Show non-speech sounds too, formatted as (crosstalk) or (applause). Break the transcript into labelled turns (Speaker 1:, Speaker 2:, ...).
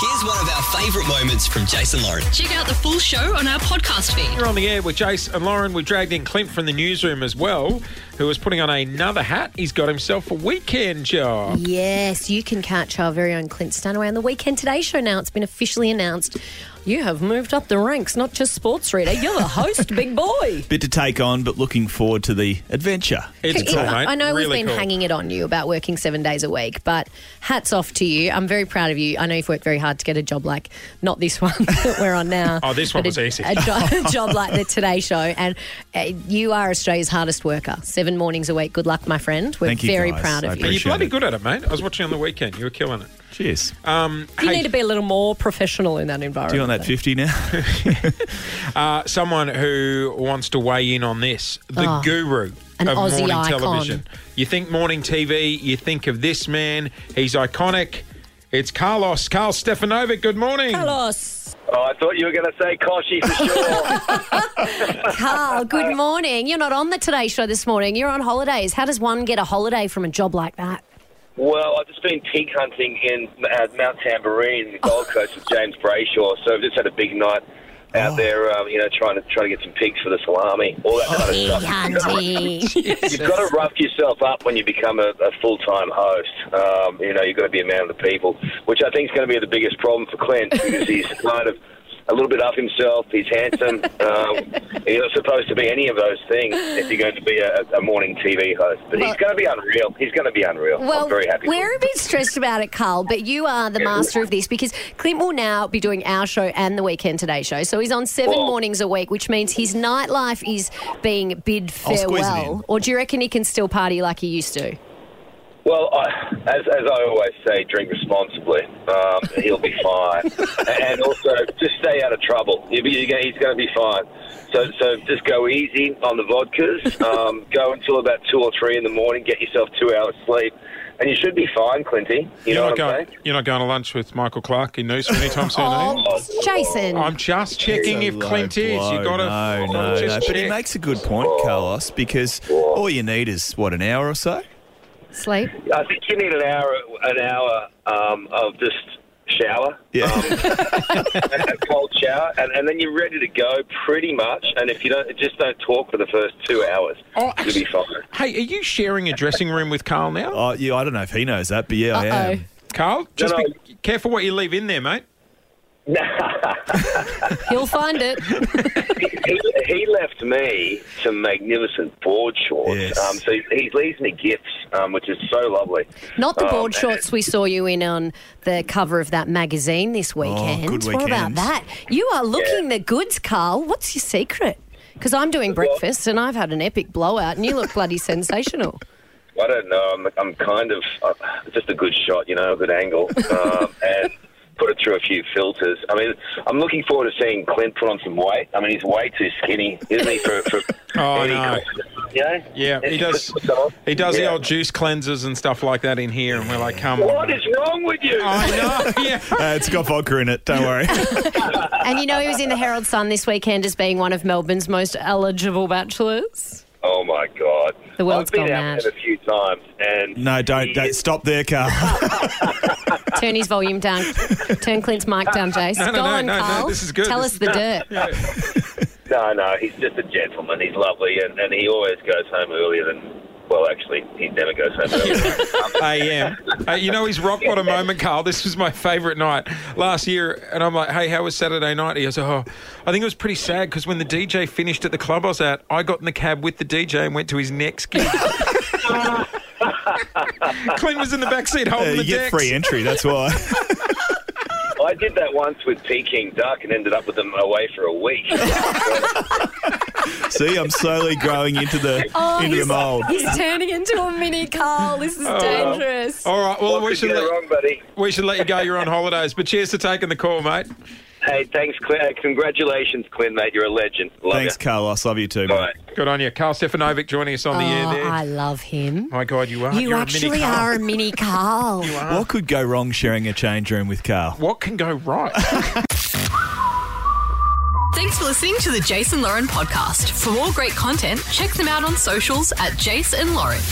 Speaker 1: Here's one of our favourite moments from Jason Lauren.
Speaker 2: Check out the full show on our podcast feed.
Speaker 3: We're on the air with Jace and Lauren. We dragged in Clint from the newsroom as well, who was putting on another hat. He's got himself a weekend job.
Speaker 4: Yes, you can catch our very own Clint Stanaway on the Weekend Today show now. It's been officially announced. You have moved up the ranks, not just sports reader. You're the host, (laughs) big boy.
Speaker 5: Bit to take on, but looking forward to the adventure.
Speaker 3: It's cool, mate.
Speaker 4: I know
Speaker 3: Really
Speaker 4: we've been
Speaker 3: cool.
Speaker 4: hanging it on you about working seven days a week, but hats off to you. I'm very proud of you. I know you've worked very hard to get a job like not this (laughs) one that we're on now.
Speaker 3: Oh, this one
Speaker 4: but
Speaker 3: was
Speaker 4: a,
Speaker 3: easy. (laughs)
Speaker 4: A, jo- a job like the Today Show, and uh, you are Australia's hardest worker. Seven mornings a week. Good luck, my friend. We're
Speaker 5: Thank you,
Speaker 4: very
Speaker 5: guys.
Speaker 4: proud
Speaker 5: I
Speaker 4: of you.
Speaker 3: You're
Speaker 5: appreciate
Speaker 3: bloody
Speaker 5: it.
Speaker 3: good at it, mate. I was watching on the weekend. You were killing it.
Speaker 5: Cheers.
Speaker 4: You
Speaker 3: Hey,
Speaker 4: need to be a little more professional in that environment.
Speaker 5: Do you on that 50 now?
Speaker 3: uh, someone who wants to weigh in on this the
Speaker 4: Oh,
Speaker 3: guru
Speaker 4: an
Speaker 3: of
Speaker 4: Aussie
Speaker 3: morning
Speaker 4: icon.
Speaker 3: television. You think morning TV, you think of this man. He's iconic. It's Carlos. Carl Stefanovic, good morning.
Speaker 4: Carlos.
Speaker 6: Oh, I thought you were going to say Koshi for sure.
Speaker 4: Carl, good morning. You're not on the Today Show this morning. You're on holidays. How does one get a holiday from a job like that?
Speaker 6: (laughs) well, I've just been pig hunting in uh, Mount Tambourine, the Gold Coast, with James Brayshaw. So I've just had a big night out there, um, you know, trying to trying to get some pigs for the salami, all that kind
Speaker 4: Oh,
Speaker 6: of stuff.
Speaker 4: hunting.
Speaker 6: (laughs) You've got to rough yourself up when you become a, a full time host. Um, you know, you've got to be a man of the people, which I think is going to be the biggest problem for Clint because he's (laughs) kind of a little bit up himself. He's handsome. um, he's not supposed to be any of those things if you're going to be a, a morning TV host. But
Speaker 4: Well-
Speaker 6: he's going to be unreal. He's going to be unreal.
Speaker 4: Well,
Speaker 6: I'm very happy. for him.
Speaker 4: we're a bit stressed about it, Carl, but you are the master of this because Clint will now be doing our show and the Weekend Today show. So he's on seven
Speaker 6: Well-
Speaker 4: mornings a week, which means his nightlife is being bid
Speaker 5: I'll squeeze it
Speaker 4: farewell.
Speaker 5: in.
Speaker 4: Or do you reckon he can still party like he used to?
Speaker 6: Well, I, as, as I always say, drink responsibly. Um, he'll be fine, and also just stay out of trouble. He'll be, he's going to be fine. So, so just go easy on the vodkas. Um, go until about two or three in the morning. Get yourself two hours sleep, and you should be fine, Clinty. You
Speaker 3: You're
Speaker 6: know
Speaker 3: not
Speaker 6: what I'm
Speaker 3: going.
Speaker 6: saying?
Speaker 3: You're not going to lunch with Michael Clark in Noosa anytime soon, are you?
Speaker 4: (laughs) Oh, Jason.
Speaker 3: I'm just checking if Clint is. You got to.
Speaker 5: No, no, no.
Speaker 3: just
Speaker 5: But he
Speaker 3: check.
Speaker 5: makes a good point, Carlos, because all you need is, what, an hour or so?
Speaker 4: Sleep.
Speaker 6: I think you need an hour, an hour um, of just shower.
Speaker 5: Yeah.
Speaker 3: Um,
Speaker 6: a cold shower, and, and then you're ready to go pretty much. And if you don't, just don't talk for the first two hours,
Speaker 3: Oh,
Speaker 6: you'll
Speaker 3: actually-
Speaker 6: be fine.
Speaker 3: Hey, are you sharing a dressing room with Carl now?
Speaker 5: (laughs) oh, yeah, I don't know if he knows that, but yeah, I
Speaker 4: Uh-oh.
Speaker 5: am.
Speaker 3: Carl, just
Speaker 6: no.
Speaker 3: be careful what you leave in there, mate.
Speaker 4: He'll find it.
Speaker 6: he, he left me some magnificent board shorts.
Speaker 5: Yes.
Speaker 6: Um, so he, he leaves me gifts, um, which is so lovely.
Speaker 4: Not the
Speaker 6: Um,
Speaker 4: board shorts we saw you in on the cover of that magazine this
Speaker 3: Oh,
Speaker 4: weekend.
Speaker 5: good
Speaker 4: What about
Speaker 5: weekend.
Speaker 4: that? You are looking the goods, Carl. What's your secret? Because I'm doing breakfast and I've had an epic blowout, and you look bloody sensational.
Speaker 6: I don't know. I'm, I'm kind of uh, just a good shot, you know, a good angle,
Speaker 4: (laughs)
Speaker 6: um, and put it through a few filters. I mean, I'm looking forward to seeing Clint put on some weight. I mean, he's way too skinny, isn't he? For, for
Speaker 3: (laughs) Oh,
Speaker 6: any
Speaker 3: no.
Speaker 6: kind of- you know?
Speaker 3: Yeah, he
Speaker 6: (laughs)
Speaker 3: does. He does the old juice cleansers and stuff like that in here, and we're like, come
Speaker 6: What
Speaker 3: on.
Speaker 6: is wrong with you?
Speaker 3: I know. (laughs) Yeah.
Speaker 5: Uh, it's got vodka
Speaker 4: (laughs)
Speaker 5: in it, don't worry.
Speaker 4: and you know he was in the Herald Sun this weekend as being one of Melbourne's most eligible bachelors.
Speaker 6: Oh my god!
Speaker 4: The world's
Speaker 6: I've been
Speaker 4: gone
Speaker 6: out
Speaker 4: mad.
Speaker 6: with him a few times, and
Speaker 5: No,
Speaker 6: he
Speaker 5: don't, don't.
Speaker 6: is-
Speaker 5: Stop there, Carl.
Speaker 4: Turn his volume down. Turn Clint's mic down, Jace.
Speaker 3: No, no,
Speaker 4: Go
Speaker 3: no,
Speaker 4: on,
Speaker 3: no, no,
Speaker 4: Carl.
Speaker 3: this is good.
Speaker 4: Tell
Speaker 3: This
Speaker 4: us
Speaker 3: is
Speaker 4: the
Speaker 3: good.
Speaker 4: dirt.
Speaker 6: No, no, he's just a gentleman. He's lovely, and, and he always goes home earlier than. Well, actually, he never goes home
Speaker 3: (laughs)
Speaker 6: earlier.
Speaker 3: AM. Uh, you know, he's rock bottom moment, Carl. This was my favourite night last year. And I'm like, hey, how was Saturday night? He goes, oh, I think it was pretty sad because when the DJ finished at the club I was at, I got in the cab with the DJ and went to his next gig. Clint was in the back seat
Speaker 5: (laughs) Uh,
Speaker 3: holding
Speaker 5: you
Speaker 3: the
Speaker 5: get
Speaker 3: decks.
Speaker 5: free entry,
Speaker 3: (laughs)
Speaker 5: that's why.
Speaker 6: I did that once with Peking Duck and ended up with them away for
Speaker 3: (laughs)
Speaker 6: a week.
Speaker 5: See, I'm slowly growing into the
Speaker 4: Oh,
Speaker 5: into the
Speaker 4: he's-
Speaker 5: mold.
Speaker 4: He's turning into a mini Carl. This
Speaker 3: Oh.
Speaker 4: is dangerous.
Speaker 3: All right, well,
Speaker 6: What
Speaker 3: we
Speaker 6: could
Speaker 3: should,
Speaker 6: go
Speaker 3: let,
Speaker 6: wrong, buddy?
Speaker 3: we should let you go. You're on holidays. But cheers to taking the call, mate.
Speaker 6: Hey, thanks, Clint. Congratulations, Clint, mate. You're a legend. Love
Speaker 5: Thanks,
Speaker 6: you.
Speaker 5: Carlos. Love you too,
Speaker 6: All
Speaker 5: mate.
Speaker 6: right.
Speaker 3: Good on you. Carl Stefanovic joining us on the air
Speaker 4: Oh,
Speaker 3: there.
Speaker 4: I love him.
Speaker 3: My God, you are.
Speaker 4: You
Speaker 3: You're a mini
Speaker 4: actually
Speaker 3: Carl.
Speaker 4: are
Speaker 3: (laughs)
Speaker 4: a mini Carl.
Speaker 5: What could go wrong sharing a change room with Carl?
Speaker 3: What can go right?
Speaker 2: Thanks for listening to the Jason Lauren podcast. For more great content, check them out on socials at Jason Lauren.